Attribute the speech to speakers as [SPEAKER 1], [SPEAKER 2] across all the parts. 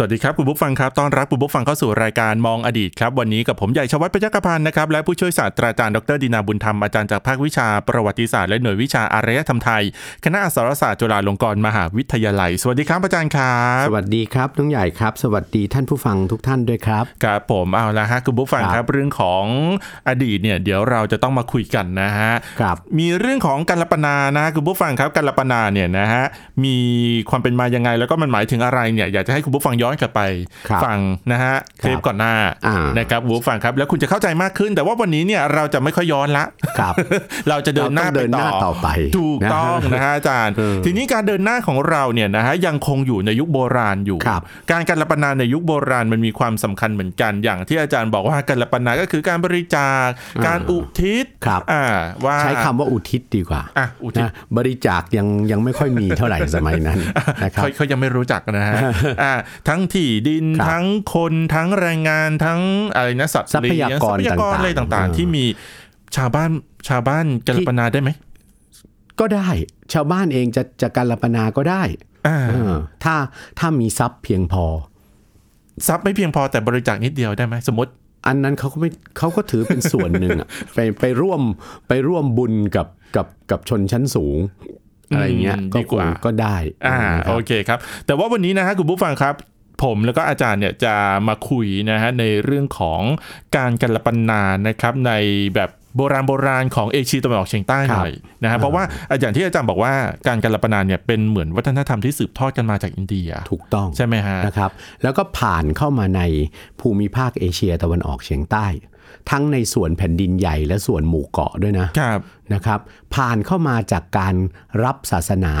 [SPEAKER 1] สวัสดีครับคุณบุ๊กฟังครับต้อนรับคุณบุ๊กฟังเข้าสู่รายการมองอดีตครับวันนี้กับผมใหญ่ชวัฒน์ประจักรพันธ์นะครับและผู้ช่วยศาสตราจารย์ดรดินาบุญธรรมอาจารย์จากภาควิชาประวัติศาสตร์และหน่วยวิชาอารยธรรมไทย คณะอักษรศาสตร์จุฬาลงกรณ์มหาวิทยาลัย สวัสดีครับอาจารย์ครับ
[SPEAKER 2] สวัสดีครับน้องใหญ่ครับ สวัสดีท่านผู้ฟังทุกท่านด้วยครับ
[SPEAKER 1] ครับผมเอาละฮะคุณบุ๊กฟังค
[SPEAKER 2] ครั
[SPEAKER 1] รับบ เรื่องของอดีตเนี่ยเดี๋ยวเราจะต้องมาคุยกันนะฮะ
[SPEAKER 2] ครับ
[SPEAKER 1] มีเรื่องของกัลปนานะคุณผู้ฟังครับกัลปนาเนี่ยนะฮะมีความเป็นมายังไงแล้วก็มันหมายถึงอะไรเนี่ยอยากจะให้คุณผู้ฟังย้อนกลับไป
[SPEAKER 2] ครับ
[SPEAKER 1] ฟังนะฮะเทปก่อนหน้า
[SPEAKER 2] อ่าน
[SPEAKER 1] นะครับคุณผู้ฟังครับแล้วคุณจะเข้าใจมากขึ้น แต่ว่าวันนี้เนี่ยเราจะไม่ค่อยย้อนละ
[SPEAKER 2] ครับ
[SPEAKER 1] เราจะเดินหน้า
[SPEAKER 2] เราต้อ
[SPEAKER 1] ไป
[SPEAKER 2] งเดินหน้าต่อไป
[SPEAKER 1] ถูกต้องนะฮะอาจารย์
[SPEAKER 2] เออ
[SPEAKER 1] ทีนี้การเดินหน้าของเราเนี่ยนะฮะยังคงอยู่ในยุคโบราณอยู่
[SPEAKER 2] ครับ
[SPEAKER 1] การการรับประนานในยุคโบราณมันมีความสำคัญเหมือนกัน อย่างที่อาจารย์บอกว่าการรับประนานก็คือการบริจาค การอุทิศ
[SPEAKER 2] ครับ
[SPEAKER 1] อ่าว่า
[SPEAKER 2] ใช้คำว่าอุทิศดีกว่า
[SPEAKER 1] อ่ะอุทิศ
[SPEAKER 2] นะบริจาคยังยังไม่ค่อยมีเท่าไหร่สมัยนั้นนะครับ
[SPEAKER 1] เขาเขายังไม่รู้จักนะ ฮะ อ่าทั้งที่ดิน
[SPEAKER 2] ครับ
[SPEAKER 1] ทั้งคนทั้งแรงงานทั้งอะไรนะสัตว์
[SPEAKER 2] ทรัพยากร
[SPEAKER 1] เลี้งทรัพยากร
[SPEAKER 2] ต่างๆ
[SPEAKER 1] อะไรต่าง
[SPEAKER 2] เอ
[SPEAKER 1] ๆ
[SPEAKER 2] อ
[SPEAKER 1] ที่มีชาวบ้านชาวบ้านกัลปนาได้ไหม
[SPEAKER 2] ก็ได้ชาวบ้านเองจะจะการปนาก็ได้
[SPEAKER 1] อ่า
[SPEAKER 2] เออถ้าถ้ามีทรัพย์เพียงพอ
[SPEAKER 1] ทรัพย์ไม่เพียงพอแต่บริจาคนิดเดียวได้ไหมสมมติ
[SPEAKER 2] อันนั้นเขาก็ไม่เขาก็ถือเป็นส่วนหนึ่ง อะ ไปไปร่วมไปร่วมบุญกับกับกับชนชั้นสูง อะไรเงี้ย
[SPEAKER 1] อืม
[SPEAKER 2] ก็
[SPEAKER 1] ดี
[SPEAKER 2] ค
[SPEAKER 1] ก
[SPEAKER 2] ง
[SPEAKER 1] ว่า
[SPEAKER 2] ก็ได้
[SPEAKER 1] อ่า
[SPEAKER 2] นะค
[SPEAKER 1] โอ
[SPEAKER 2] รับ
[SPEAKER 1] เคครับ แต่ว่าวันนี้นะฮะคุณผู้ฟังครับ ผมแล้วก็อาจารย์เนี่ยจะมาคุยนะฮะในเรื่องของการกัลปนานะครับในแบบโบราณโบราณของเอเชียตะวันออกเฉียงใต้หน่อยนะฮะเพราะว่าอาจารย์ที่อาจารย์บอกว่าการกัลปนาเนี่ยเป็นเหมือนวัฒนธรรมที่สืบทอดกันมาจากอินเดีย
[SPEAKER 2] ถูกต้อง
[SPEAKER 1] ใช่ไหมฮะ
[SPEAKER 2] นะครับ แล้วก็ผ่านเข้ามาในภูมิภาคเอเชียตะวันออกเฉียงใต้ ทั้งในส่วนแผ่นดินใหญ่และส่วนหมู่เกาะด้วยนะครับ นะครับ ผ่านเข้ามาจากการรับศาสนา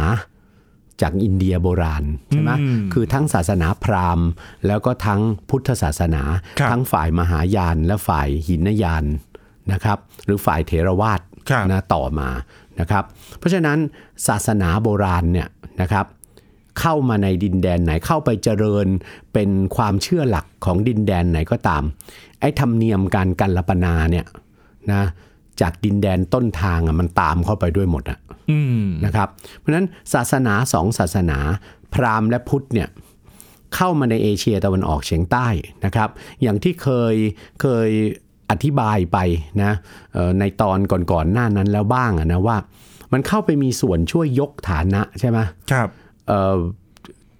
[SPEAKER 2] จากอินเดียโบราณใช่ไหม
[SPEAKER 1] อืม
[SPEAKER 2] คือทั้งศาสนาพราหมณ์ แล้วก็ทั้งพุทธศาสนา
[SPEAKER 1] ครับ
[SPEAKER 2] ทั้งฝ่ายมหายานและฝ่ายหินยานนะครับ หรือฝ่ายเถรวาท
[SPEAKER 1] ครับ
[SPEAKER 2] นะต่อมานะครับ เพราะฉะนั้นศาสนาโบราณเนี่ยนะครับ เข้ามาในดินแดนไหนเข้าไปเจริญเป็นความเชื่อหลักของดินแดนไหนก็ตาม ไอ้ธรรมเนียมการกันลปนาเนี่ยนะจากดินแดนต้นทางอะมันตามเข้าไปด้วยหมดอะ
[SPEAKER 1] อืม
[SPEAKER 2] นะครับเพราะฉะนั้นศาสนาสองศาสนา พราหมณ์และพุทธเนี่ยเข้ามาในเอเชียตะวันออกเฉียงใต้นะครับ อย่างที่เคยเคยอธิบายไปนะเอ่อในตอนก่อนๆหน้านั้นแล้วบ้างอะนะว่า มันเข้าไปมีส่วนช่วยยกฐานะใช่ไหม
[SPEAKER 1] ครับ
[SPEAKER 2] เอ่อ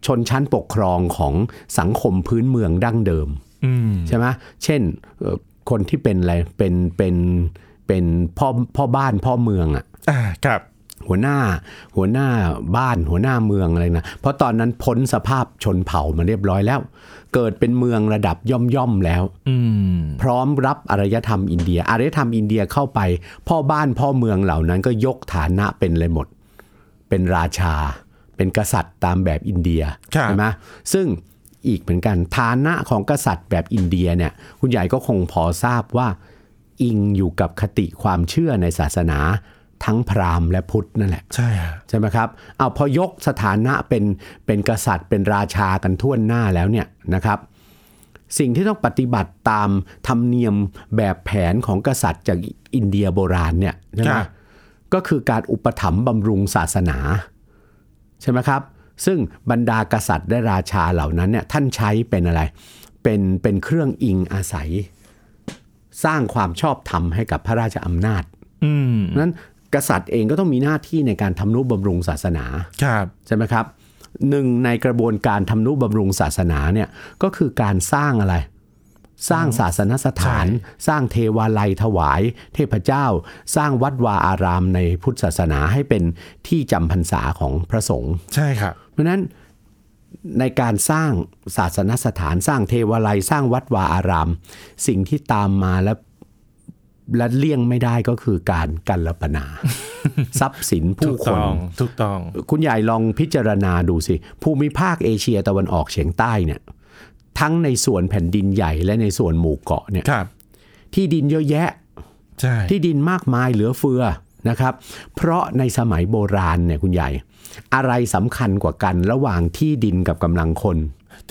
[SPEAKER 2] ชนชั้นปกครองของสังคมพื้นเมืองดั้งเดิม
[SPEAKER 1] อืม
[SPEAKER 2] ใช่ไหมเช่นเอ่อคนที่เป็นอะไรเป็นเป็นเป็นพ่อพ่อบ้านพ่อเมืองอะ
[SPEAKER 1] อ่าครับ
[SPEAKER 2] หัวหน้าหัวหน้าบ้านหัวหน้าเมืองอะไรนะเพราะตอนนั้นพ้นสภาพชนเผ่ามาเรียบร้อยแล้ว เกิดเป็นเมืองระดับย่อมย่อมๆแล้ว
[SPEAKER 1] อืม
[SPEAKER 2] พร้อมรับอารยธรรมอินเดีย อารยธรรมอินเดียเข้าไป พ่อบ้านพ่อเมืองเหล่านั้นก็ยกฐานะเป็นเลยหมด เป็นราชา เป็นกษัตริย์ตามแบบอินเดียใช่ไหมซึ่งอีกเหมือนกันฐานะของกษัตริย์แบบอินเดียเนี่ยคุณใหญ่ก็คงพอทราบว่า อิงอยู่กับคติความเชื่อในศาสนา ทั้งพราหมณ์และพุทธนั่นแหละ
[SPEAKER 1] ใช่ฮะ
[SPEAKER 2] ใช่ไหมครับ เอาพอยกสถานะเป็นเป็นกษัตริย์เป็นราชากันทั่วนหน้าแล้วเนี่ยนะครับ สิ่งที่ต้องปฏิบัติตามธรรมเนียมแบบแผนของกษัตริย์จากอินเดียโบราณเนี่ยใช่ไหมก็คือการอุปถัมภ์บำรุงศาสนาใช่ไหมครับ ซึ่งบรรดากษัตริย์และราชาเหล่านั้นเนี่ยท่านใช้เป็นอะไร เป็นเป็นเครื่องอิงอาศัย สร้างความชอบธรรมให้กับพระราชอำนาจ
[SPEAKER 1] อืม
[SPEAKER 2] เพราะฉะนั้นกษัตริย์เองก็ต้องมีหน้าที่ในการทำนุบำรุงศาสนา
[SPEAKER 1] ครับ
[SPEAKER 2] ใช่ไหมครับหนึ่งในกระบวนการทำนุบำรุงศาสนาเนี่ยก็คือการสร้างอะไร สร้างศาสนสถาน สร้างเทวาลัยถวาย เทพเจ้า สร้างวัดวาอารามในพุทธศาสนาให้เป็นที่จำพรรษาของพระสงฆ์
[SPEAKER 1] ใช่ครับ
[SPEAKER 2] เพราะฉะนั้นในการสร้างศาสนสถานสร้างเทวาลัยสร้างวัดวาอาราม สิ่งที่ตามมาและและเลี่ยงไม่ได้ก็คือการกันลป นา ทรัพย์สิน
[SPEAKER 1] ถู
[SPEAKER 2] ผู้
[SPEAKER 1] ก
[SPEAKER 2] คน
[SPEAKER 1] ต้องถูกต้อง
[SPEAKER 2] คุณใหญ่ลองพิจารณาดูสิ ภูมิภาคเอเชียตะวันออกเฉียงใต้เนี่ยทั้งในส่วนแผ่นดินใหญ่และในส่วนหมู่เกาะเนี่ย
[SPEAKER 1] ครับ
[SPEAKER 2] ที่ดินเยอะแยะ
[SPEAKER 1] ใช่
[SPEAKER 2] ที่ดินมากมายเหลือเฟือ นะครับ เพราะในสมัยโบราณเนี่ยคุณใหญ่ อะไรสำคัญกว่ากันระหว่างที่ดินกับกำลังคน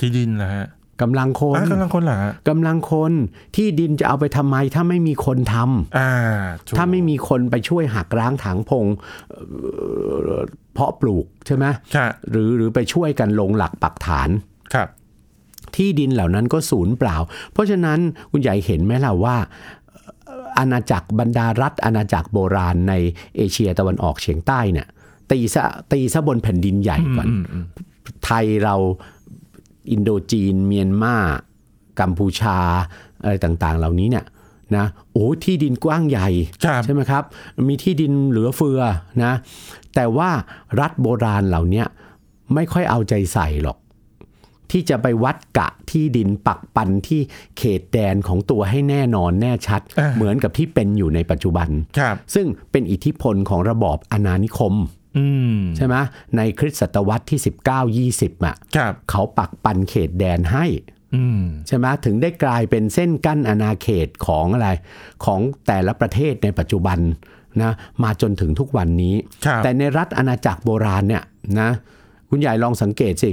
[SPEAKER 1] ที่ดินนะฮะ
[SPEAKER 2] กำลังคน
[SPEAKER 1] อ่ะกำลังคนเหรอฮะ
[SPEAKER 2] กำลังคนที่ดินจะเอาไปทำไมถ้าไม่มีคนทำ
[SPEAKER 1] อ่าถูก
[SPEAKER 2] ถ้าไม่มีคนไปช่วยหักร้างถางพงเอ่อเพาะปลูกใช่ไหม
[SPEAKER 1] ค่ะ
[SPEAKER 2] หรือหรือไปช่วยกันลงหลักปักฐาน
[SPEAKER 1] ครับ
[SPEAKER 2] ที่ดินเหล่านั้นก็ศูนย์เปล่า เพราะฉะนั้นคุณใหญ่เห็นไหมล่ะว่าเอ่ออาณาจักรบรรดารัฐอาณาจักรโบราณในเอเชียตะวันออกเฉียงใต้เนี่ยตีซะตีซะบนแผ่นดินใหญ่ก่อน ไทยเราอินโดจีนเมียนมากัมพูชาอะไรต่างๆ เหล่านี้เนี่ยนะโอ้ที่ดินกว้างใหญ่
[SPEAKER 1] ครับ
[SPEAKER 2] ใช่ไหมครับ มีที่ดินเหลือเฟือนะแต่ว่ารัฐโบราณเหล่าเนี้ยไม่ค่อยเอาใจใส่หรอก ที่จะไปวัดกะที่ดินปักปันที่เขตแดนของตัวให้แน่นอนแน่ชัด
[SPEAKER 1] อ่า
[SPEAKER 2] เหมือนกับที่เป็นอยู่ในปัจจุบัน
[SPEAKER 1] ครับ
[SPEAKER 2] ซึ่งเป็นอิทธิพลของระบอบอาณานิคม
[SPEAKER 1] อืม
[SPEAKER 2] ใช่ไหมในคริสตศตวรรษที่ 19-20อ่ะ
[SPEAKER 1] ครับ
[SPEAKER 2] เขาปักปันเขตแดนให้
[SPEAKER 1] อืม
[SPEAKER 2] ใช่ไหมถึงได้กลายเป็นเส้นกั้นอาณาเขตของอะไรของแต่ละประเทศในปัจจุบันนะมาจนถึงทุกวันนี้
[SPEAKER 1] ครับ
[SPEAKER 2] แต่ในรัฐอาณาจักรโบราณเนี่ยนะคุณใหญ่ลองสังเกตสิ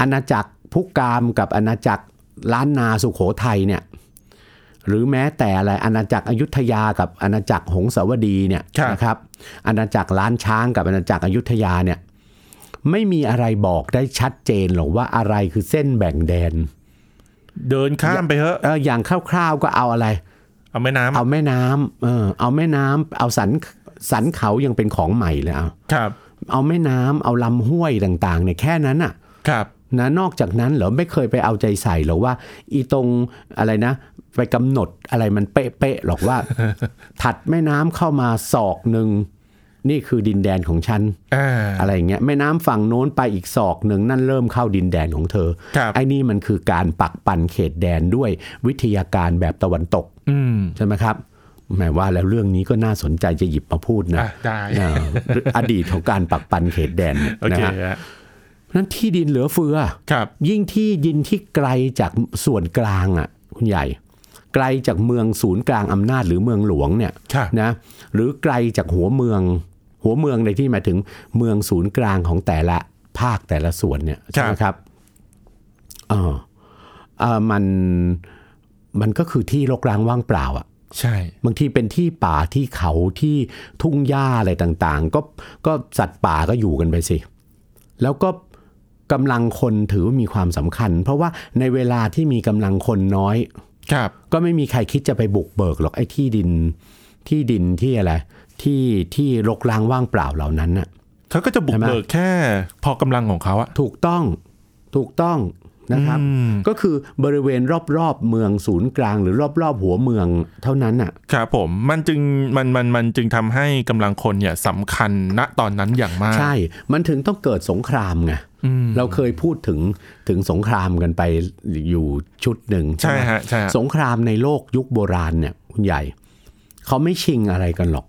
[SPEAKER 2] อาณาจักรพุกามกับอาณาจักรล้านนาสุโขทัยเนี่ยหรือแม้แต่อะไรอาณาจักรอยุธยากับอาณาจักรหงสาวดีเนี่ย
[SPEAKER 1] ครับ
[SPEAKER 2] นะครับอาณาจักรล้านช้างกับอาณาจักรอยุธยาเนี่ยไม่มีอะไรบอกได้ชัดเจนหรอกว่าอะไรคือเส้นแบ่งแดน
[SPEAKER 1] เดินข้ามไปเถอะ
[SPEAKER 2] เอออย่างคร่าวๆก็เอาอะไร
[SPEAKER 1] เอาแม่น้ำ
[SPEAKER 2] เอาแม่น้ำเออเอาแม่น้ำเอาสันสันเขายังเป็นของใหม่เลยเอา
[SPEAKER 1] ครับ
[SPEAKER 2] เอาแม่น้ำเอาลำห้วยต่างๆเนี่ยแค่นั้นน่ะ
[SPEAKER 1] ครับ
[SPEAKER 2] นะนอกจากนั้นเหรอไม่เคยไปเอาใจใส่หรอกว่า อีตรงอะไรนะ ไปกำหนดอะไรมันเป๊ะๆหร อกว่า ถัดแม่น้ำเข้ามาศอกหนึ่งนี่คือดินแดนของฉัน
[SPEAKER 1] อ่า
[SPEAKER 2] อะไรอย่างเงี้ยแม่น้ำฝั่งโน้นไปอีกศอกหนึ่งนั่นเริ่มเข้าดินแดนของเธอ
[SPEAKER 1] ครับ
[SPEAKER 2] ไอ้นี่มันคือการปักปั่นเขตแดนด้วยวิทยาการแบบตะวันตก
[SPEAKER 1] อืม
[SPEAKER 2] ใช่ไหมครับแหมว่าแล้วเรื่องนี้ก็น่าสนใจจะหยิบมาพูดนะ
[SPEAKER 1] อ่ะได้
[SPEAKER 2] อ่าอดีตของการปักปันเขตแดนเนี่ย
[SPEAKER 1] โอ
[SPEAKER 2] นะ
[SPEAKER 1] เค
[SPEAKER 2] ฮะ
[SPEAKER 1] ฮะ
[SPEAKER 2] เพราะฉะนั้นที่ดินเหลือเฟือ
[SPEAKER 1] ครับ
[SPEAKER 2] ยิ่งที่ดินที่ไกลจากส่วนกลางอ่ะคุณใหญ่ ไกลจากเมืองศูนย์กลางอำนาจหรือเมืองหลวงเนี่ย
[SPEAKER 1] ครับ
[SPEAKER 2] นะหรือไกลจากหัวเมือง หัวเมืองในที่หมายถึงเมืองศูนย์กลางของแต่ละภาคแต่ละส่วนเนี่ยใช่ไหมครับเออเออมันมันก็คือที่รกร้างว่างเปล่าอ่ะ
[SPEAKER 1] ใช่
[SPEAKER 2] บางทีเป็นที่ป่าที่เขาที่ทุ่งหญ้าอะไรต่างๆ ก็ก็สัตว์ป่าก็อยู่กันไปสิ แล้วก็กำลังคนถือว่ามีความสำคัญ เพราะว่าในเวลาที่มีกำลังคนน้อย
[SPEAKER 1] ครับ
[SPEAKER 2] ก็ไม่มีใครคิดจะไปบุกเบิกหรอกไอ้ที่ดินที่ดินที่อะไรที่ที่รกร้างว่างเปล่าเหล่านั้นน่ะ
[SPEAKER 1] เขาก็จะบุก
[SPEAKER 2] ใช่ไหม
[SPEAKER 1] เบิกแค่พอกำลังของเขาอะ
[SPEAKER 2] ถูกต้องถูกต้องนะครับ
[SPEAKER 1] อืม
[SPEAKER 2] ก็คือบริเวณรอบๆเมืองศูนย์กลาง หรือรอบๆหัวเมืองเท่านั้นน่ะ
[SPEAKER 1] ครับผมมันจึงมันมันมันจึงทำให้กำลังคนเนี่ยสำคัญณตอนนั้นอย่างมาก
[SPEAKER 2] ใช่ มันถึงต้องเกิดสงครามไง เราเคยพูดถึงถึงสงครามกันไปอยู่ชุดหนึ่ง
[SPEAKER 1] ใช่
[SPEAKER 2] ไหม
[SPEAKER 1] ฮะใช่ฮะ
[SPEAKER 2] สงครามในโลกยุคโบราณเนี่ยคุณใหญ่ เขาไม่ชิงอะไรกันหรอก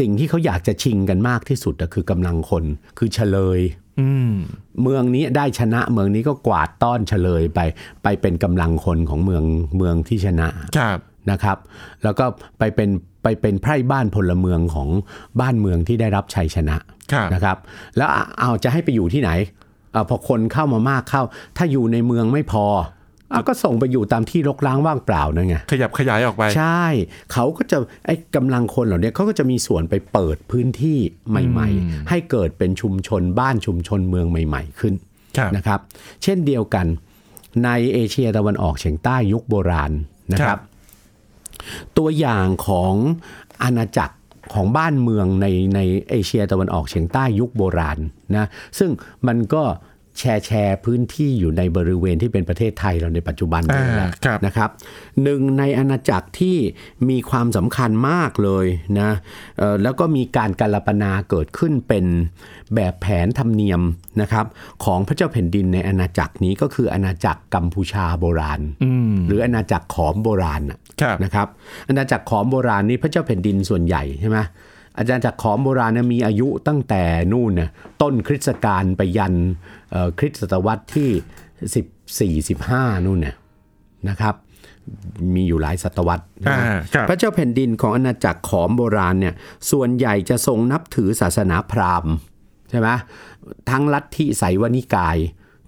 [SPEAKER 2] สิ่งที่เขาอยากจะชิงกันมากที่สุดก็คือกำลังคน คือเฉลย
[SPEAKER 1] อืม
[SPEAKER 2] เมืองนี้ได้ชนะเมืองนี้ก็กวาดต้อนเฉลยไป ไปเป็นกำลังคนของเมืองเมืองที่ชนะ
[SPEAKER 1] ครับ
[SPEAKER 2] นะครับ แล้วก็ไปเป็นไปเป็นไพร่บ้านพลเมืองของบ้านเมืองที่ได้รับชัยชนะ
[SPEAKER 1] ครับ
[SPEAKER 2] นะครับแล้วเอาเอาจะให้ไปอยู่ที่ไหนเอาพอคนเข้ามามากเข้า ถ้าอยู่ในเมืองไม่พอเอาก็ส่งไปอยู่ตามที่รกร้างว่างเปล่านั่นไง
[SPEAKER 1] ขยับขยายออกไป
[SPEAKER 2] ใช่เขาก็จะไอ้กำลังคนเหล่านี้เขาก็จะมีส่วนไปเปิดพื้นที่ใหม่ ๆ ให้เกิดเป็นชุมชนบ้านชุมชนเมืองใหม่ ๆ ขึ้น
[SPEAKER 1] ครับ
[SPEAKER 2] นะครับ เช่นเดียวกันในเอเชียตะวันออกเฉียงใต้ยุคโบราณนะค
[SPEAKER 1] ครั
[SPEAKER 2] รับ
[SPEAKER 1] บ
[SPEAKER 2] ตัวอย่างของอาณาจักรของบ้านเมืองในในเอเชียตะวันออกเฉียงใต้ยุคโบราณนะซึ่งมันก็แชร์แชร์พื้นที่อยู่ในบริเวณที่เป็นประเทศไทยเราในปัจจุบันนี่แหละ
[SPEAKER 1] อ่าครับ
[SPEAKER 2] นะครับหนึ่งในอาณาจักรที่มีความสำคัญมากเลยนะเอ่อแล้วก็มีการการลปนาเกิดขึ้นเป็นแบบแผนธรรมเนียมนะครับของพระเจ้าแผ่นดินในอาณาจักรนี้ก็คืออาณาจักรกัมพูชาโบราณ
[SPEAKER 1] อืม
[SPEAKER 2] หรืออาณาจักรขอมโบราณน่ะ
[SPEAKER 1] ครับ
[SPEAKER 2] นะครับอาณาจักรขอมโบราณนี้พระเจ้าแผ่นดินส่วนใหญ่ใช่ไหมอาณาจักรขอมโบราณเนี่ยมีอายุตั้งแต่นู่นน่ะต้นคริสตกาลไปยันเอ่อคริสตศตวรรษที่ 14 15นู่นน่ะนะครับ มีอยู่หลายศตวรรษนะ
[SPEAKER 1] อ่า
[SPEAKER 2] ฮะ
[SPEAKER 1] ครับ
[SPEAKER 2] พระเจ้าแผ่นดินของอาณาจักรขอมโบราณเนี่ยส่วนใหญ่จะทรงนับถือศาสนาพราหมณ์ใช่ไหมทั้งลัทธิไสยวนิกาย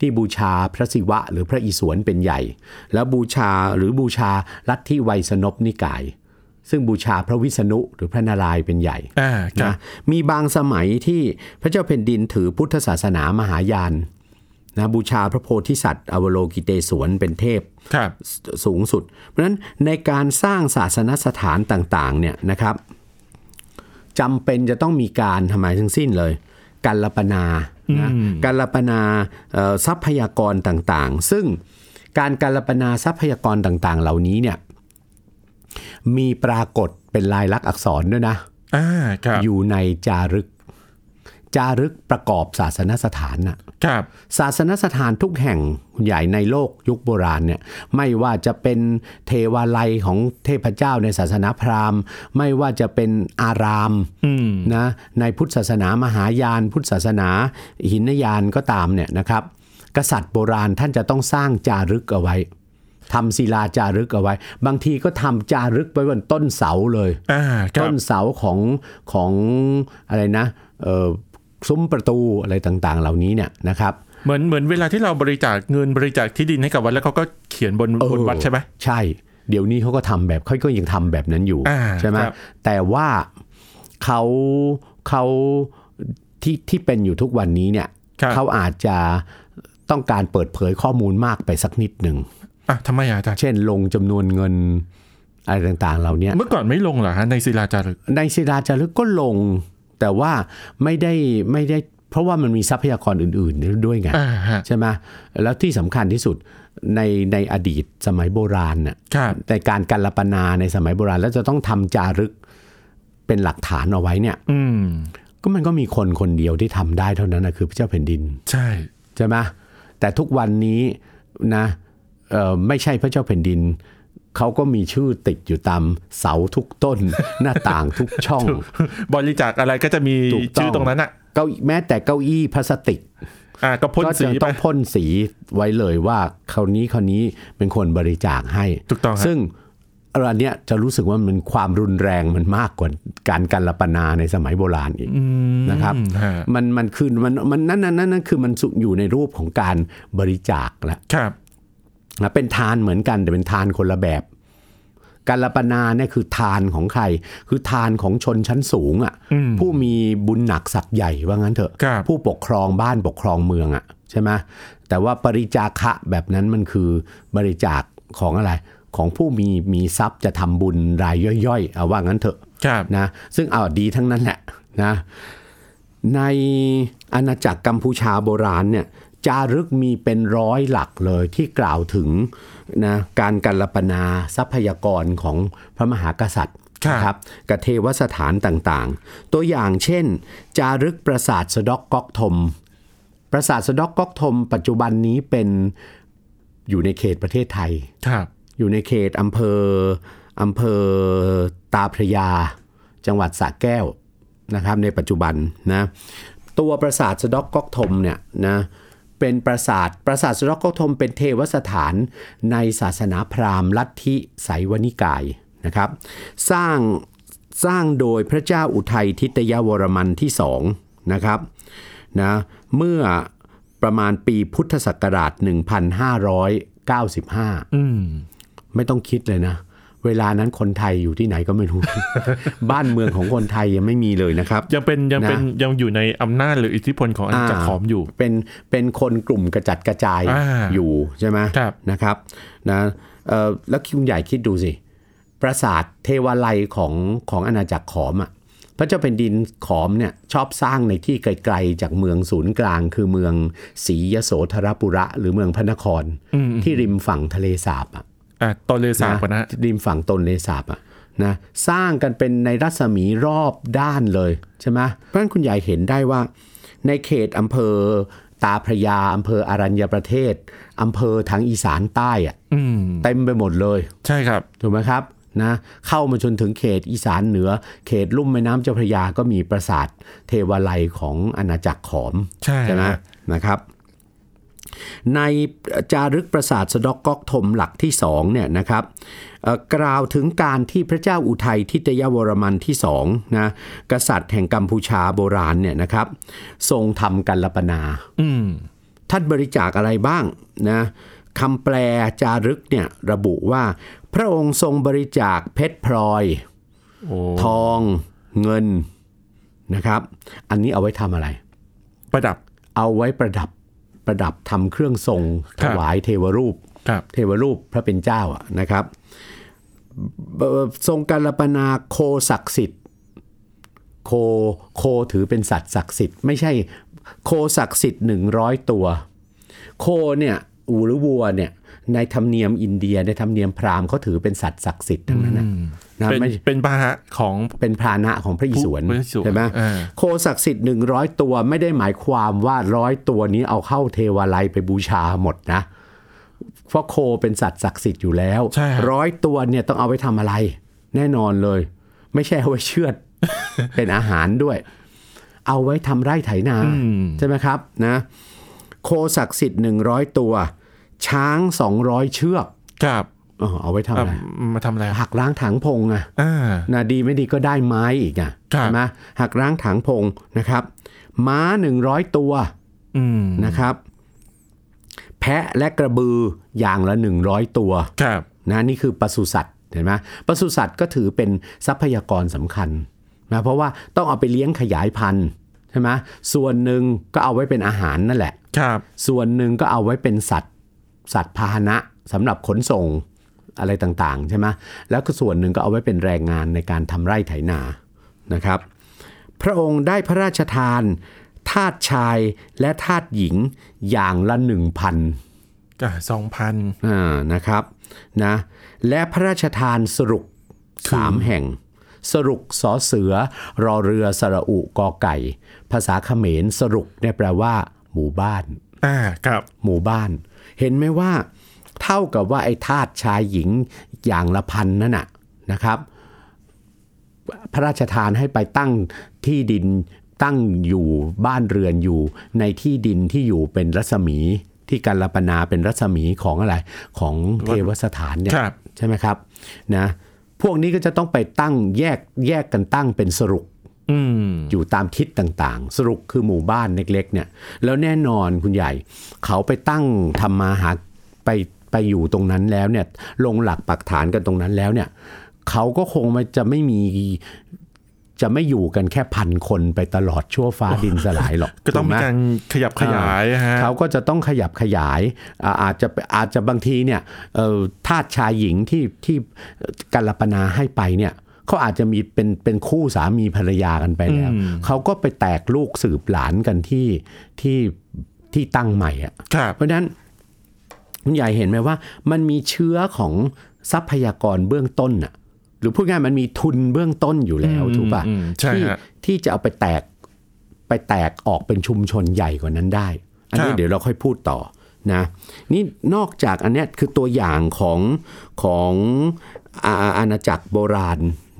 [SPEAKER 2] ที่บูชาพระศิวะหรือพระอิศวรเป็นใหญ่ แล้วบูชาหรือบูชาลัทธิไวยสนพนิกาย ซึ่งบูชาพระวิษณุหรือพระนารายณ์เป็นใหญ่
[SPEAKER 1] อ่าครับ
[SPEAKER 2] นะมีบางสมัยที่พระเจ้าแผ่นดินถือพุทธศาสนามหายานนะบูชาพระโพธิสัตว์อวโลกิเตศวรเป็นเทพ
[SPEAKER 1] ครับ
[SPEAKER 2] สสูงสุด เพราะฉะนั้นในการสร้างศาสนสถานต่างๆเนี่ยนะครับจำเป็นจะต้องมีการทำไมทั้งสิ้นเลยการลปนานะการลปนาเอ่อทรัพยากรต่างๆ ซึ่งการการลปนาทรัพยากรต่างๆ เหล่านี้เนี่ยมีปรากฏเป็นลายลักษณ์อักษรด้วยนะ
[SPEAKER 1] อ่าครับ
[SPEAKER 2] อยู่ในจารึก จารึกประกอบศาสนสถานน่ะ
[SPEAKER 1] ครับ
[SPEAKER 2] ศาสนสถานทุกแห่งใหญ่ในโลกยุคโบราณเนี่ยไม่ว่าจะเป็นเทวาลัยของเทพเจ้าในศาสนาพราหมณ์ ไม่ว่าจะเป็นอารามนะในพุทธศาสนามหายาน พุทธศาสนาหินยานก็ตามเนี่ยนะครับ กษัตริย์โบราณท่านจะต้องสร้างจารึกเอาไว้ทำศิลาจารึกเอาไว้ บางทีก็ทำจารึกไว้บนต้นเสาเลย
[SPEAKER 1] อ่าครั
[SPEAKER 2] ต้
[SPEAKER 1] บ
[SPEAKER 2] นเสาของของอะไรนะเอ่อซุ้มประตูอะไรต่างๆ เหล่านี้เนี่ยนะครับ
[SPEAKER 1] เหมือนเหมือนเวลาที่เราบริจาคเงินบริจาคที่ดินให้กับวัดแล้วเขาก็เขียนบน
[SPEAKER 2] เออ
[SPEAKER 1] บนวัดใช่ไหม
[SPEAKER 2] ใช่ เดี๋ยวนี้เขาก็ทำแบบเขาก็ยังทำแบบนั้นอยู่
[SPEAKER 1] อ่า
[SPEAKER 2] ใช่ไหม
[SPEAKER 1] ครับ
[SPEAKER 2] แต่ว่าเขาเขาที่ที่เป็นอยู่ทุกวันนี้เนี่ย
[SPEAKER 1] ครับ
[SPEAKER 2] เขาอาจจะต้องการเปิดเผยข้อมูลมากไปสักนิดหนึ่ง
[SPEAKER 1] อ่ะทำไมอ่ะอาจารย์
[SPEAKER 2] เช่นลงจำนวนเงินอะไรต่างๆ เหล่านี้
[SPEAKER 1] เมื่อก่อนไม่ลงเหรอฮะในศิลาจารึก
[SPEAKER 2] ในศิลาจารึกก็ลง แต่ว่าไม่ได้ไม่ได้เพราะว่ามันมีทรัพยากรอื่นๆด้วยไง
[SPEAKER 1] อ่าฮะ
[SPEAKER 2] ใช่ไหมแล้วที่สำคัญที่สุดในในอดีตสมัยโบราณน่ะ
[SPEAKER 1] ครับ
[SPEAKER 2] ในการการลปนาในสมัยโบราณ แล้วจะต้องทำจารึกเป็นหลักฐานเอาไว้เนี่ย
[SPEAKER 1] อืม
[SPEAKER 2] ก็มันก็มีคนคนเดียวที่ทำได้เท่านั้นนะคือพระเจ้าแผ่นดิน
[SPEAKER 1] ใช่
[SPEAKER 2] ใช่ไหมแต่ทุกวันนี้นะเอ่อไม่ใช่พระเจ้าแผ่นดิน เขาก็มีชื่อติดอยู่ตามเสาทุกต้น หน้าต่างทุกช่อง
[SPEAKER 1] บริจาคอะไรก็จะมี
[SPEAKER 2] ถูกต้อง
[SPEAKER 1] ชื่อตรงนั้นอ่ะ
[SPEAKER 2] เก้าแม้แต่เก้าอี้พลาสติก
[SPEAKER 1] อ่าก็พ่น
[SPEAKER 2] ก็
[SPEAKER 1] สี
[SPEAKER 2] จะ
[SPEAKER 1] ไป
[SPEAKER 2] ต้องพ่นสีไว้เลยว่าคนนี้คนนี้เป็นคนบริจาคให้
[SPEAKER 1] ถูกต้องฮะ
[SPEAKER 2] ซึ่งอันเนี้ยจะรู้สึกว่ามันความรุนแรงมันมากกว่าการการลปนาในสมัยโบราณอีกนะครับ
[SPEAKER 1] อืมฮะ
[SPEAKER 2] มันมันคือมันมันนั่นนั่นนั่นนั่นคือมันสุอยู่ในรูปของการบริจาคละ
[SPEAKER 1] ครับ
[SPEAKER 2] นะเป็นทานเหมือนกันแต่เป็นทานคนละแบบ การลปนาเนี่ยคือทานของใคร คือทานของชนชั้นสูงอะ่ะผู้มีบุญหนักศักย์ใหญ่ว่างั้นเถอะ
[SPEAKER 1] ครับ
[SPEAKER 2] ผู้ปกครองบ้านปกครองเมืองอะ่ะใช่ไหมแต่ว่าปริจาคะแบบนั้นมันคือบริจาคของอะไร ของผู้มีมีทรัพย์จะทำบุญรายย่อยๆเอาว่างั้นเถอะ
[SPEAKER 1] ครับ
[SPEAKER 2] นะซึ่งเอาดีทั้งนั้นแหละนะในอาณาจักรกัมพูชาโบราณเนี่ยจารึกมีเป็นร้อยหลักเลยที่กล่าวถึงนะการกัลปนาทรัพยากรของพระมหากษัตริย์
[SPEAKER 1] ครับ
[SPEAKER 2] นะกับเทวสถานต่างๆ ตัวอย่างเช่น จารึกปราสาทสะเดอกก๊อกธมปราสาทสะเดอกก๊อกธมปัจจุบันนี้เป็นอยู่ในเขตประเทศไทย
[SPEAKER 1] ครับ
[SPEAKER 2] อยู่ในเขตอำเภออำเภอตาพระยา จังหวัดสระแก้วนะครับในปัจจุบันนะตัวปราสาทสะเดอกก๊อกธมเนี่ยนะเป็นปราสาทปราสาทสะเดอกก๊อกธมเป็นเทวสถานในศาสนาพราหมณ์ลัทธิไสยวนิกายนะครับ สร้างสร้างโดยพระเจ้าอุทัยทิตยวรมันที่สองนะครับนะเมื่อประมาณปีพุทธศักราช 1595
[SPEAKER 1] อืม
[SPEAKER 2] ไม่ต้องคิดเลยนะ เวลานั้นคนไทยอยู่ที่ไหนก็ไม่รู้ บ้านเมืองของคนไทยยังไม่มีเลยนะครับ
[SPEAKER 1] ยังเป็นยังเป็นยังอยู่ในอำนาจหรืออิทธิพลของอาณาจักร
[SPEAKER 2] อ่า
[SPEAKER 1] ขอมอยู่
[SPEAKER 2] เป็นเป็นคนกลุ่มกระจัดกระจาย
[SPEAKER 1] อ่า
[SPEAKER 2] อยู่ใช่ไหม
[SPEAKER 1] ครับ
[SPEAKER 2] นะครับนะเอ่อแล้วคุณใหญ่คิดดูสิ ปราสาทเทวาลัยของของอาณาจักรขอมอ่ะพระเจ้าแผ่นดินขอมเนี่ยชอบสร้างในที่ไกลๆจากเมืองศูนย์กลาง คือเมืองศรียโสธรปุระ หรือเมืองพระนคร ที่ริมฝั่งทะเลสาบอ่ะ
[SPEAKER 1] อ่ะตอนเลสาบอะนะ
[SPEAKER 2] ริมฝั่งตนเลสาบอะนะสร้างกันเป็นในรัศมีรอบด้านเลยใช่ไหมเพราะฉะนั้นคุณยายเห็นได้ว่า ในเขตอำเภอตาพระยาอำเภออรัญญประเทศอำเภอทางอีสานใต้อะ
[SPEAKER 1] อืม
[SPEAKER 2] เต็มไปหมดเลย
[SPEAKER 1] ใช่ครับ
[SPEAKER 2] ถูกไหมครับนะเข้ามาจนถึงเขตอีสานเหนือ เขตลุ่มแม่น้ำเจ้าพระยาก็มีปราสาทเทวาลัยของอาณาจักรขอม
[SPEAKER 1] ใช่
[SPEAKER 2] ใช่ไหม
[SPEAKER 1] ฮะ
[SPEAKER 2] นะครับ ในจารึกปราสาทสะเดอกก๊อกธมหลักที่สองเนี่ยนะครับเอ่อกล่าวถึงการที่พระเจ้าอุทัยทิตยวรมันที่สองนะกษัตริย์แห่งกัมพูชาโบราณเนี่ยนะครับ ทรงทำกัลปนา
[SPEAKER 1] อืม
[SPEAKER 2] ท่านบริจาคอะไรบ้างนะคำแปลจารึกเนี่ยระบุว่า พระองค์ทรงบริจาคเพชรพลอย
[SPEAKER 1] โอ้
[SPEAKER 2] ทองเงินนะครับ อันนี้เอาไว้ทำอะไร
[SPEAKER 1] ประดับ
[SPEAKER 2] เอาไว้ประดับประดับทำเครื่องทรง
[SPEAKER 1] ค
[SPEAKER 2] ถ
[SPEAKER 1] รับ
[SPEAKER 2] วายเทวรูป
[SPEAKER 1] ครับ
[SPEAKER 2] เทวรูปพระเป็นเจ้าอะนะครับเอ่อทรงการลปนาโคศักดิ์สิทธิ์ โคโคถือเป็นสัตว์ศักดิ์สิทธิ์ไม่ใช่โคศักดิ์สิทธิ์หนึ่งร้อยตัว โคเนี่ยอูหรือวัวเนี่ยในธรรมเนียมอินเดียในธรรมเนียมพราหมณ์เขาถือเป็นสัตว์ศักดิ์สิทธิ์ทั้งนั้นนะนะ
[SPEAKER 1] เป็น
[SPEAKER 2] ไม่
[SPEAKER 1] เป็นพาหะของ
[SPEAKER 2] เป็นพาหนะของพระอิศวร
[SPEAKER 1] พระอิศวร
[SPEAKER 2] ใช่ไหม
[SPEAKER 1] เออ
[SPEAKER 2] โคศักดิ์สิทธิ์หนึ่งร้อยตัวไม่ได้หมายความว่าร้อยตัวนี้เอาเข้าเทวาลัยไปบูชาหมดนะ เพราะโคเป็นสัตว์ศักดิ์สิทธิ์อยู่แล้ว
[SPEAKER 1] ใช่ครับ
[SPEAKER 2] ร้อยตัวเนี่ยต้องเอาไปทำอะไร แน่นอนเลย ไม่ใช่เอาไว้เชือ ด เป็นอาหารด้วย เอาไว้ทำไร่ไถนาใช่ไหมครับนะโคศักดิ์สิทธิ์หนึ่งร้อยตัว ช้างสองร้อยเชือก
[SPEAKER 1] กับ
[SPEAKER 2] เออเอาไว้ทำอะไร
[SPEAKER 1] อ่ะมาทำอะไร
[SPEAKER 2] หักล้างถังพงอะ
[SPEAKER 1] อ่า
[SPEAKER 2] นะดีไม่ดีก็ได้ไม้อีกอ่ะ
[SPEAKER 1] ครับ
[SPEAKER 2] ใช่ไหมหักร้างถางพงนะครับ ม้า 100 ตัว
[SPEAKER 1] อืม
[SPEAKER 2] นะครับ แพะและกระบืออย่างละ 100 ตัว
[SPEAKER 1] ครับ
[SPEAKER 2] นะนี่คือปศุสัตว์เห็นไหมปศุสัตว์ก็ถือเป็นทรัพยากรสำคัญนะเพราะว่าต้องเอาไปเลี้ยงขยายพันธุ์ใช่ไหมส่วนหนึ่งก็เอาไว้เป็นอาหารนั่นแหละ
[SPEAKER 1] ครับ
[SPEAKER 2] ส่วนหนึ่งก็เอาไว้เป็นสัตว์ สัตว์พาหนะสำหรับขนส่งอะไรต่างๆใช่ไหมแล้วก็ส่วนหนึ่งก็เอาไว้เป็นแรงงานในการทำไร่ไถนานะครับ พระองค์ได้พระราชทานทาสชายและทาสหญิงอย่างละหนึ่งพัน
[SPEAKER 1] สองพัน
[SPEAKER 2] นะครับนะและพระราชทานสรุกสามแห่ง สรุกสอเสือ รอเรือสระอุกอไก่ ภาษาเขมรสรุกเนี่ยแปลว่า หมู่บ้าน
[SPEAKER 1] อ่าครับ
[SPEAKER 2] หมู่บ้าน เห็นไหมว่า เท่ากับว่าไอ้ทาสชายหญิงอย่างละพันนั่นน่ะนะครับ พระราชทานให้ไปตั้งที่ดินตั้งอยู่บ้านเรือนอยู่ ในที่ดินที่อยู่เป็นรัศมีที่การลปนาเป็นรัศมีของอะไรของเทวสถานเนี่ย
[SPEAKER 1] ครับ
[SPEAKER 2] ใช่ไหมครับนะพวกนี้ก็จะต้องไปตั้งแยกแยกกันตั้งเป็นสรุป
[SPEAKER 1] อืม
[SPEAKER 2] อยู่ตามทิศต่างๆ สรุปคือหมู่บ้านเล็กๆเนี่ยแล้วแน่นอนคุณใหญ่ เขาไปตั้งทำมาหาไปไปอยู่ตรงนั้นแล้วเนี่ยลงหลักปักฐานกันตรงนั้นแล้วเนี่ยเขาก็คงไม่จะไม่มีจะไม่อยู่กันแค่พันคนไปตลอดชั่วฟ้าดินสลายหรอก
[SPEAKER 1] ก็ต้องมีการขยับขยายฮะ
[SPEAKER 2] เขาก็จะต้องขยับขยายอ่าอาจจะอาจจะบางทีเนี่ยเอ่อทาสชายหญิงที่ที่กัลปนาให้ไปเนี่ยเขาอาจจะมีเป็นเป็นคู่สามีภรรยากันไปแล้ว
[SPEAKER 1] อืม
[SPEAKER 2] เขาก็ไปแตกลูกสืบหลานกันที่ที่ที่ตั้งใหม่อะ
[SPEAKER 1] ครับ
[SPEAKER 2] เพราะฉะนั้นคุณใหญ่เห็นไหมว่า มันมีเชื้อของทรัพยากรเบื้องต้นน่ะ หรือพูดง่ายๆมันมีทุนเบื้องต้นอยู่แล้ว
[SPEAKER 1] อืม
[SPEAKER 2] ถูกป่ะ
[SPEAKER 1] อืมใช่
[SPEAKER 2] ที่
[SPEAKER 1] ฮะ
[SPEAKER 2] ที่จะเอาไปแตกไปแตกออกเป็นชุมชนใหญ่กว่านั้นได้ อันนี้
[SPEAKER 1] ครับ
[SPEAKER 2] เดี๋ยวเราค่อยพูดต่อนะนี่นอกจากอันเนี้ยคือตัวอย่างของของอาอาณาจักรโบราณ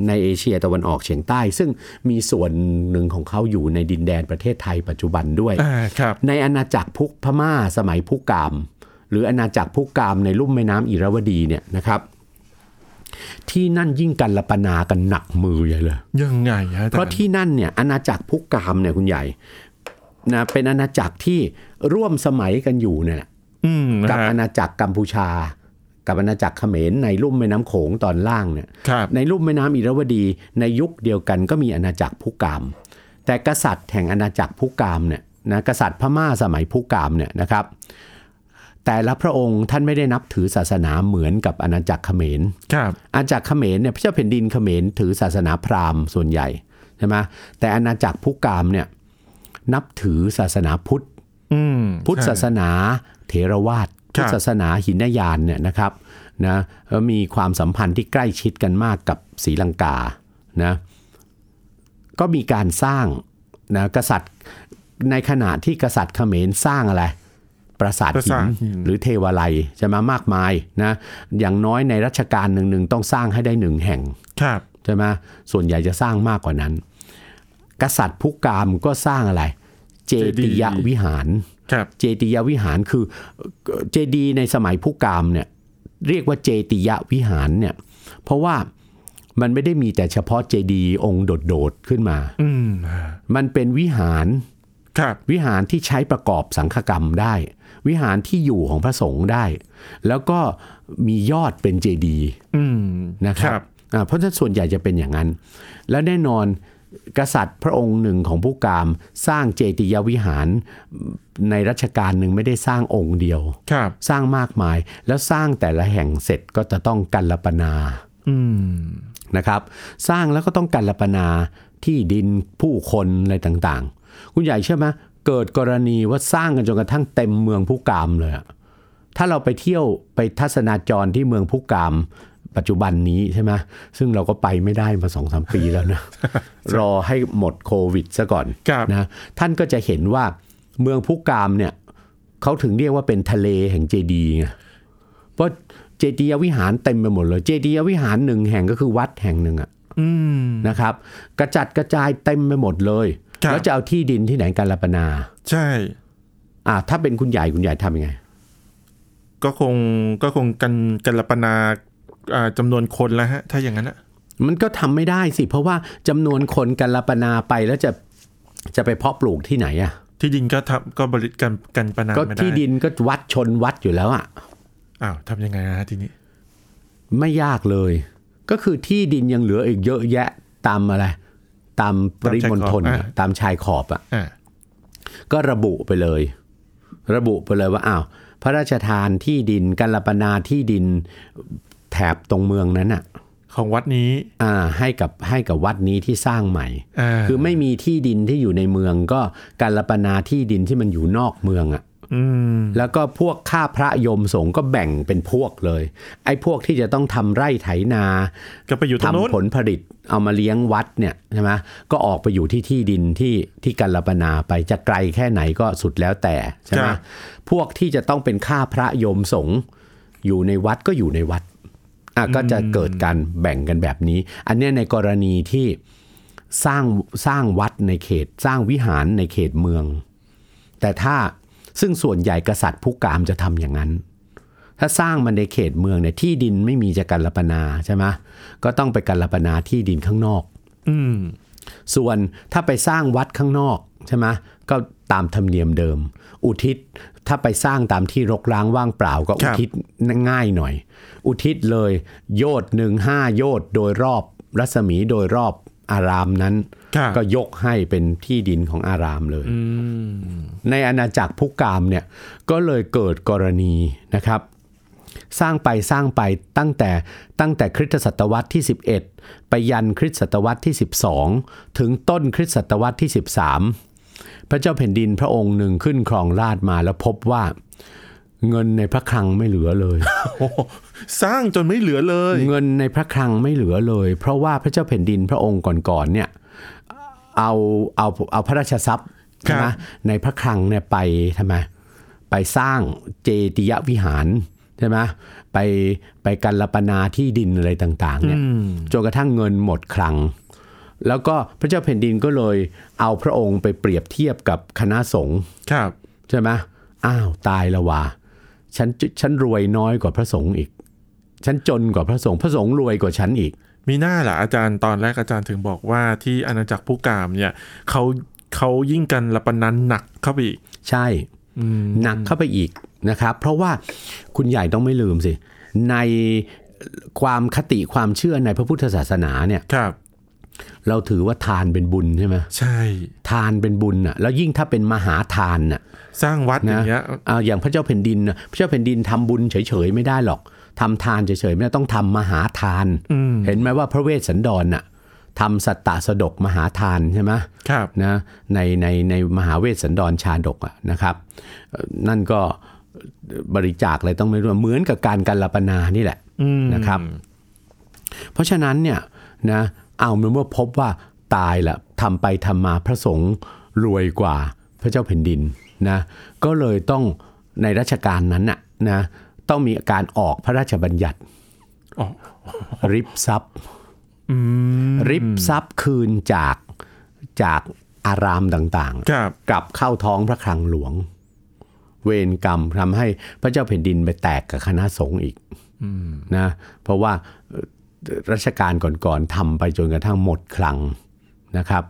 [SPEAKER 2] ในเอเชียตะวันออกเฉียงใต้ ซึ่งมีส่วนหนึ่งของเขาอยู่ในดินแดนประเทศไทยปัจจุบันด้วย
[SPEAKER 1] อ่าครับ
[SPEAKER 2] ในอาณาจักรพุกพม่าสมัยพุกาม หรืออาณาจักรพุกามในลุ่มแม่น้ำอิระวดีเนี่ยนะครับ ที่นั่นยิ่งกันละปนากันหนักมือใหญ่เลย
[SPEAKER 1] ยังไงฮะอจย์
[SPEAKER 2] เพราะที่นั่นเนี่ยอาณาจักรพุกามเนี่ยคุณใหญ่นะเป็นอาณาจักรที่ร่วมสมัยกันอยู่เนี่ยแหละ
[SPEAKER 1] อืมนะ
[SPEAKER 2] กับ
[SPEAKER 1] ฮะ
[SPEAKER 2] อาณาจักรกัมพูชา กับอาณาจักรเขมรในลุ่มแม่น้ำโขงตอนล่างเนี่ย
[SPEAKER 1] ครับ
[SPEAKER 2] ในลุ่มแม่น้ำอิระวดีในยุคเดียวกันก็มีอาณาจักรพุกาม แต่กษัตริย์แห่งอาณาจักรพุกามเนี่ยนะกษัตริย์พม่าสมัยพุกามเนี่ยนะครับ แต่ละพระองค์ท่านไม่ได้นับถือศาสนาเหมือนกับอาณาจักรเขมร
[SPEAKER 1] ครับ
[SPEAKER 2] อาณาจักรเขมรเนี่ยพระเจ้าแผ่นดินเขมรถือศาสนาพราหมณ์ส่วนใหญ่ใช่ไหมแต่อาณาจักรพุกามเนี่ยนับถือศาสนาพุทธ
[SPEAKER 1] อืม
[SPEAKER 2] พุทธศาส
[SPEAKER 1] ใช่
[SPEAKER 2] นาเถรวาท
[SPEAKER 1] ค
[SPEAKER 2] พุ
[SPEAKER 1] รับ
[SPEAKER 2] ทธศาสนาหินยานเนี่ยนะครับนะแล้วมีความสัมพันธ์ที่ใกล้ชิดกันมากกับศรีลังกานะก็มีการสร้างนะกษัตริย์ในขณะที่กษัตริย์เขมรสร้างอะไร ปราสาท
[SPEAKER 1] ปรา
[SPEAKER 2] หิ
[SPEAKER 1] สาท
[SPEAKER 2] น
[SPEAKER 1] หิน
[SPEAKER 2] หรือเทวาลัยจะมามากมายนะอย่างน้อยในรัชกาลหนึ่งๆต้องสร้างให้ได้หนึ่งแห่ง
[SPEAKER 1] ครับ
[SPEAKER 2] ใช่ไหมส่วนใหญ่จะสร้างมากกว่านั้น กษัตริย์พุกามก็สร้างอะไร เจติยวิหาร
[SPEAKER 1] ครับ
[SPEAKER 2] เจติยวิหารคือเอ่อเจดีย์ในสมัยผู้กามเนี่ยเรียกว่าเจติยวิหารเนี่ยเพราะว่ามันไม่ได้มีแต่เฉพาะเจดีย์องค์โดดๆขึ้นมา
[SPEAKER 1] อืม
[SPEAKER 2] มันเป็นวิหาร
[SPEAKER 1] ครับ
[SPEAKER 2] วิหารที่ใช้ประกอบสังฆกรรมได้ วิหารที่อยู่ของพระสงฆ์ได้ แล้วก็มียอดเป็นเจดีย์
[SPEAKER 1] อืม
[SPEAKER 2] นะครับ
[SPEAKER 1] ครับ
[SPEAKER 2] อ่าเพราะฉะนั้นส่วนใหญ่จะเป็นอย่างนั้น และแน่นอนกษัตริย์พระองค์หนึ่งของผู้กามสร้างเจติยวิหารในรัชกาลหนึ่งไม่ได้สร้างองค์เดียว
[SPEAKER 1] ครับ
[SPEAKER 2] สร้างมากมายแล้วสร้างแต่ละแห่งเสร็จก็จะต้องกันลปนา
[SPEAKER 1] อืม
[SPEAKER 2] นะครับ สร้างแล้วก็ต้องกันลปนาที่ดินผู้คนอะไรต่างๆ คุณใหญ่เชื่อไหมเกิดกรณีว่าสร้างกันจนกระทั่งเต็มเมืองผู้กามเลยอะถ้าเราไปเที่ยวไปทัศนาจรที่เมืองผู้กาม ปัจจุบันนี้ใช่ไหมซึ่งเราก็ไปไม่ได้มาสองสามปีแล้วนะ รอให้หมดโควิดซะก่อน
[SPEAKER 1] ครับ
[SPEAKER 2] นะท่านก็จะเห็นว่าเมืองพุกามเนี่ยเขาถึงเรียกว่าเป็นทะเลแห่งเจดีย์ไงเพราะเจดียวิหารเต็มไปหมดเลยเจดียวิหารหนึ่งแห่งก็คือวัดแห่งหนึ่งอะ
[SPEAKER 1] อืม
[SPEAKER 2] นะครับ กระจัดกระจายเต็มไปหมดเลย
[SPEAKER 1] ครับ
[SPEAKER 2] แล้วจะเอาที่ดินที่ไหนการลปนา
[SPEAKER 1] ใช่
[SPEAKER 2] อ่าถ้าเป็นคุณใหญ่คุณใหญ่ทำยังไง
[SPEAKER 1] ก็คงก็คงกันกันลปนาอ่าจำนวนคนแล้วฮะ ถ้าอย่างนั้นอะ
[SPEAKER 2] มันก็ทำไม่ได้สิเพราะว่าจำนวนคนการลปนาไปแล้วจะจะไปเพาะปลูกที่ไหนอะ
[SPEAKER 1] ที่ดินก็ทำก็บริกันกันปนา
[SPEAKER 2] ก็
[SPEAKER 1] ไม่ได้
[SPEAKER 2] ที่ดินก็วัดชนวัดอยู่แล้วอะ
[SPEAKER 1] อ้าวทำยังไงนะฮะทีนี้
[SPEAKER 2] ไม่ยากเลย ก็คือที่ดินยังเหลืออีกเยอะแยะตามอะไร ตามปริมณฑลน่ะตามชายขอบอ่ะ
[SPEAKER 1] อ่า
[SPEAKER 2] ก็ระบุไปเลย ระบุไปเลยว่าอ้าวพระราชทานที่ดินกัลปนาที่ดินแถบตรงเมืองนั้นอ่ะ
[SPEAKER 1] ของวัดนี้
[SPEAKER 2] อ่าให้กับให้กับวัดนี้ที่สร้างใหม่
[SPEAKER 1] อ่า
[SPEAKER 2] คือไม่มีที่ดินที่อยู่ในเมือง ก็กัลปนาที่ดินที่มันอยู่นอกเมืองอ่ะ
[SPEAKER 1] อืม
[SPEAKER 2] แล้วก็พวกข้าพระยมสงฆ์ก็แบ่งเป็นพวกเลย ไอ้พวกที่จะต้องทำไร่ไถนา
[SPEAKER 1] ก็ไปอยู่ตรงนู้น
[SPEAKER 2] ทำผลผลิตเอามาเลี้ยงวัดเนี่ยใช่ไหมก็ออกไปอยู่ที่ที่ดินที่ที่กัลปนาไปจะไกลแค่ไหนก็สุดแล้วแต่ใช่ไหมพวกที่จะต้องเป็นข้าพระโยมสงฆ์อยู่ในวัดก็อยู่ในวัดอ่ะก็จะเกิดการแบ่งกันแบบนี้ อันเนี้ยในกรณีที่สร้างสร้างวัดในเขต สร้างวิหารในเขตเมือง แต่ถ้าซึ่งส่วนใหญ่กษัตริย์ผู้กามจะทำอย่างนั้น ถ้าสร้างมันในเขตเมืองเนี่ยที่ดินไม่มีจะกันลปนาใช่ไหมก็ต้องไปกันลปนาที่ดินข้างนอก
[SPEAKER 1] อืม
[SPEAKER 2] ส่วนถ้าไปสร้างวัดข้างนอกใช่ไหมก็ตามธรรมเนียมเดิม อุทิศถ้าไปสร้างตามที่รกร้างว่างเปล่าก็
[SPEAKER 1] ค
[SPEAKER 2] อุ
[SPEAKER 1] รับ
[SPEAKER 2] ทิศง่ายหน่อย อุทิศเลยโยดหนึ่งห้าโยดโดยรอบรัศมีโดยรอบอารามนั้น
[SPEAKER 1] ค่ะ
[SPEAKER 2] ก็ยกให้เป็นที่ดินของอารามเลย
[SPEAKER 1] อืม
[SPEAKER 2] ในอาณาจักรพุกามเนี่ยก็เลยเกิดกรณีนะครับ สร้างไปสร้างไปตั้งแต่ตั้งแต่คริสตศตวรรษที่ 11 ไปยันคริสตศตวรรษที่ 12 ถึงต้นคริสตศตวรรษที่ 13 พระเจ้าแผ่นดินพระองค์หนึ่งขึ้นครองราชย์มาแล้วพบว่าเงินในพระคลังไม่เหลือเลย
[SPEAKER 1] โอ้โหสร้างจนไม่เหลือเลย
[SPEAKER 2] เงินในพระคลังไม่เหลือเลย เพราะว่าพระเจ้าแผ่นดินพระองค์ก่อนๆเนี่ยเอาเอาเอาพระราชทรัพย์
[SPEAKER 1] ครับ
[SPEAKER 2] ใช่ไหมในพระคลังเนี่ยไปทำไมไปสร้างเจติยวิหารใช่ไหมไปไปกันลปนาที่ดินอะไรต่างๆเนี่ย
[SPEAKER 1] อืม
[SPEAKER 2] จนกระทั่งเงินหมดคลัง แล้วก็พระเจ้าแผ่นดินก็เลยเอาพระองค์ไปเปรียบเทียบกับคณะสงฆ์
[SPEAKER 1] ครับ
[SPEAKER 2] ใช่ไหมอ้าวตายแล้วว่ะฉันฉันรวยน้อยกว่าพระสงฆ์อีก ฉันจนกว่าพระสงฆ์ พระสงฆ์รวยกว่าฉันอีก
[SPEAKER 1] มีหน้าเหรออาจารย์ตอนแรกอาจารย์ถึงบอกว่าที่อาณาจักรผู้กามเนี่ยเขาเขายิ่งกันละปนันหนักเข้าไปอีก
[SPEAKER 2] ใช่
[SPEAKER 1] อืม
[SPEAKER 2] หนักเข้าไปอีกนะครับ เพราะว่าคุณใหญ่ต้องไม่ลืมสิ ในความคติความเชื่อในพระพุทธศาสนาเนี่ย
[SPEAKER 1] ครับ
[SPEAKER 2] เราถือว่าทานเป็นบุญใช่ไหม
[SPEAKER 1] ใช่
[SPEAKER 2] ทานเป็นบุญอ่ะ แล้วยิ่งถ้าเป็นมหาทานอ่ะ
[SPEAKER 1] สร้างวัดอย่างเงี้ย
[SPEAKER 2] อ่าอย่างพระเจ้าแผ่นดินน่ะพระเจ้าแผ่นดินทำบุญเฉยๆไม่ได้หรอกทำทานเฉยๆไม่ได้ต้องทำมหาทาน
[SPEAKER 1] อืม
[SPEAKER 2] เห็นไหมว่าพระเวสสันดรน่ะทำสัตตะสดกมหาทานใช่ไหม
[SPEAKER 1] ครับ
[SPEAKER 2] นะในในในมหาเวสสันดรชาดกอะนะครับเอ่อนั่นก็บริจาคอะไรต้องไม่รู้เหมือนกับการการลปนานี่แหละ
[SPEAKER 1] อืม
[SPEAKER 2] นะครับ เพราะฉะนั้นเนี่ยนะเอาเมื่อพบว่าตายละทำไปทำมาพระสงฆ์รวยกว่าพระเจ้าแผ่นดินนะก็เลยต้องในรัชกาลนั้นน่ะนะต้องมีการออกพระราชบัญญัติ
[SPEAKER 1] อ๋อ
[SPEAKER 2] ริบทรัพย์
[SPEAKER 1] อืม
[SPEAKER 2] ริบทรัพย์คืนจากจากอารามต่าง
[SPEAKER 1] ครับ
[SPEAKER 2] ๆ กลับเข้าท้องพระคลังหลวง เวรกรรมทำให้พระเจ้าแผ่นดินไปแตกกับคณะสงฆ์อีกนะเพราะว่าเอ่อรัชกาลก่อนๆทำไปจนกระทั่งหมดคลังนะครับ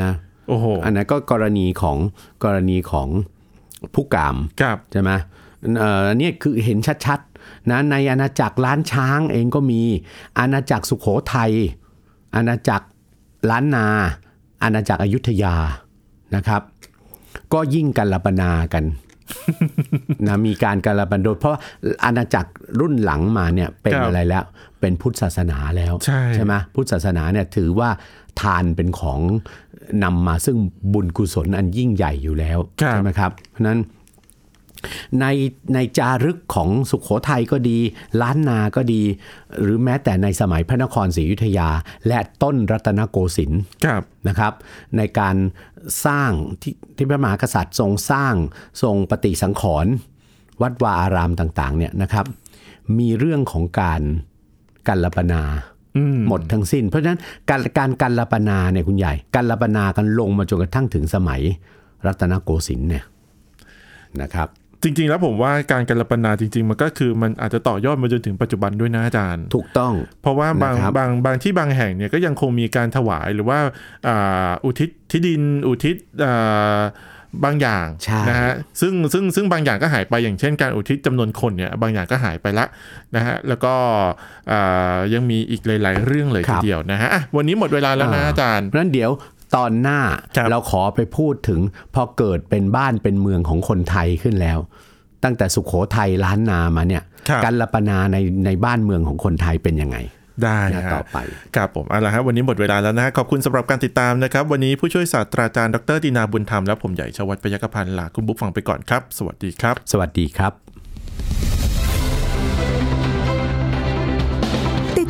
[SPEAKER 2] นะ
[SPEAKER 1] โอ้โห
[SPEAKER 2] อันนั้นก็กรณีของกรณีของผู้กาม
[SPEAKER 1] ครับ
[SPEAKER 2] ใช่ไหมเอ่ออันนี้คือเห็นชัดๆนะในอาณาจักรล้านช้างเองก็มี อาณาจักรสุขโขทัย อาณาจักรล้านนา อาณาจักรอยุธยานะครับ ก็ยิ่งกันละปนากัน นะมีการการละบันโดยเพราะว่าอาณาจักรรุ่นหลังมาเนี่ยเป็น
[SPEAKER 1] ครับ
[SPEAKER 2] อะไรแล้ว เป็นพุทธศาสนาแล้ว
[SPEAKER 1] ใช่
[SPEAKER 2] ไหมพุทธศาสนาเนี่ยถือว่าทานเป็นของนำมาซึ่งบุญกุศลอันยิ่งใหญ่อยู่แล้ว
[SPEAKER 1] ครับ
[SPEAKER 2] ใช่ไหมครับ เพราะฉะนั้นในในจารึกของสุขโขทัยก็ดี ล้านนาก็ดี หรือแม้แต่ในสมัยพระนครศรีอยุธยา และต้นรัตนโกสินทร์
[SPEAKER 1] ครับ
[SPEAKER 2] นะครับในการสร้างที่ที่พระมหากษัตริย์ทรงสร้างทรงปฏิสังขรณ์วัดวาอารามต่างๆเนี่ยนะครับ มีเรื่องของการกัลปนาหมดทั้งสิ้น เพราะฉะนั้นการการกัลปนาเนี่ยคุณใหญ่กัลปนากันลงมาจนกระทั่งถึงสมัยรัตนโกสินทร์เนี่ยนะครับ
[SPEAKER 1] จริง ๆ แล้วผมว่าการการปนาจริง ๆ มันก็คือมันอาจจะต่อยอดมาจนถึงปัจจุบันด้วยนะอาจารย์
[SPEAKER 2] ถูกต้อง
[SPEAKER 1] เพราะว่าบาง
[SPEAKER 2] นะครับ
[SPEAKER 1] บางบางที่บางแห่งเนี่ยก็ยังคงมีการถวายหรือว่าอ่าอุทิศที่ดินอุทิศอ่าบางอย่าง
[SPEAKER 2] ใช่
[SPEAKER 1] นะฮะซึ่งซึ่งซึ่งบางอย่างก็หายไปอย่างเช่น การอุทิศจำนวนคนเนี่ยบางอย่างก็หายไปละนะฮะแล้วก็อ่ายังมีอีกหลาย ๆ เรื่องเลยทีเดียวนะฮะอ่ะวันนี้หมดเวลาแล้วนะอาจารย์
[SPEAKER 2] เพราะฉะนั้นเดี๋ยวตอนหน้า
[SPEAKER 1] ครับ
[SPEAKER 2] เราขอไปพูดถึงพอเกิดเป็นบ้านเป็นเมืองของคนไทยขึ้นแล้ว ตั้งแต่สุขโขทัยล้านนามาเนี่ยการละปนาในในบ้านเมืองของคนไทยเป็นยังไง
[SPEAKER 1] ได้
[SPEAKER 2] หน้า
[SPEAKER 1] ฮะ
[SPEAKER 2] ต่อไป
[SPEAKER 1] ครับผมเอาละครับวันนี้หมดเวลาแล้วนะฮะขอบคุณสำหรับการติดตามนะครับ วันนี้ผู้ช่วยศาสตราจารย์ดรดินาบุญธรรมและผมใหญ่ชวัฒน์ปยกพันธ์ลาคุณบุ๊กฟังไปก่อนครับ สวัสดีครับ
[SPEAKER 2] สวัสดีครับ
[SPEAKER 3] ติด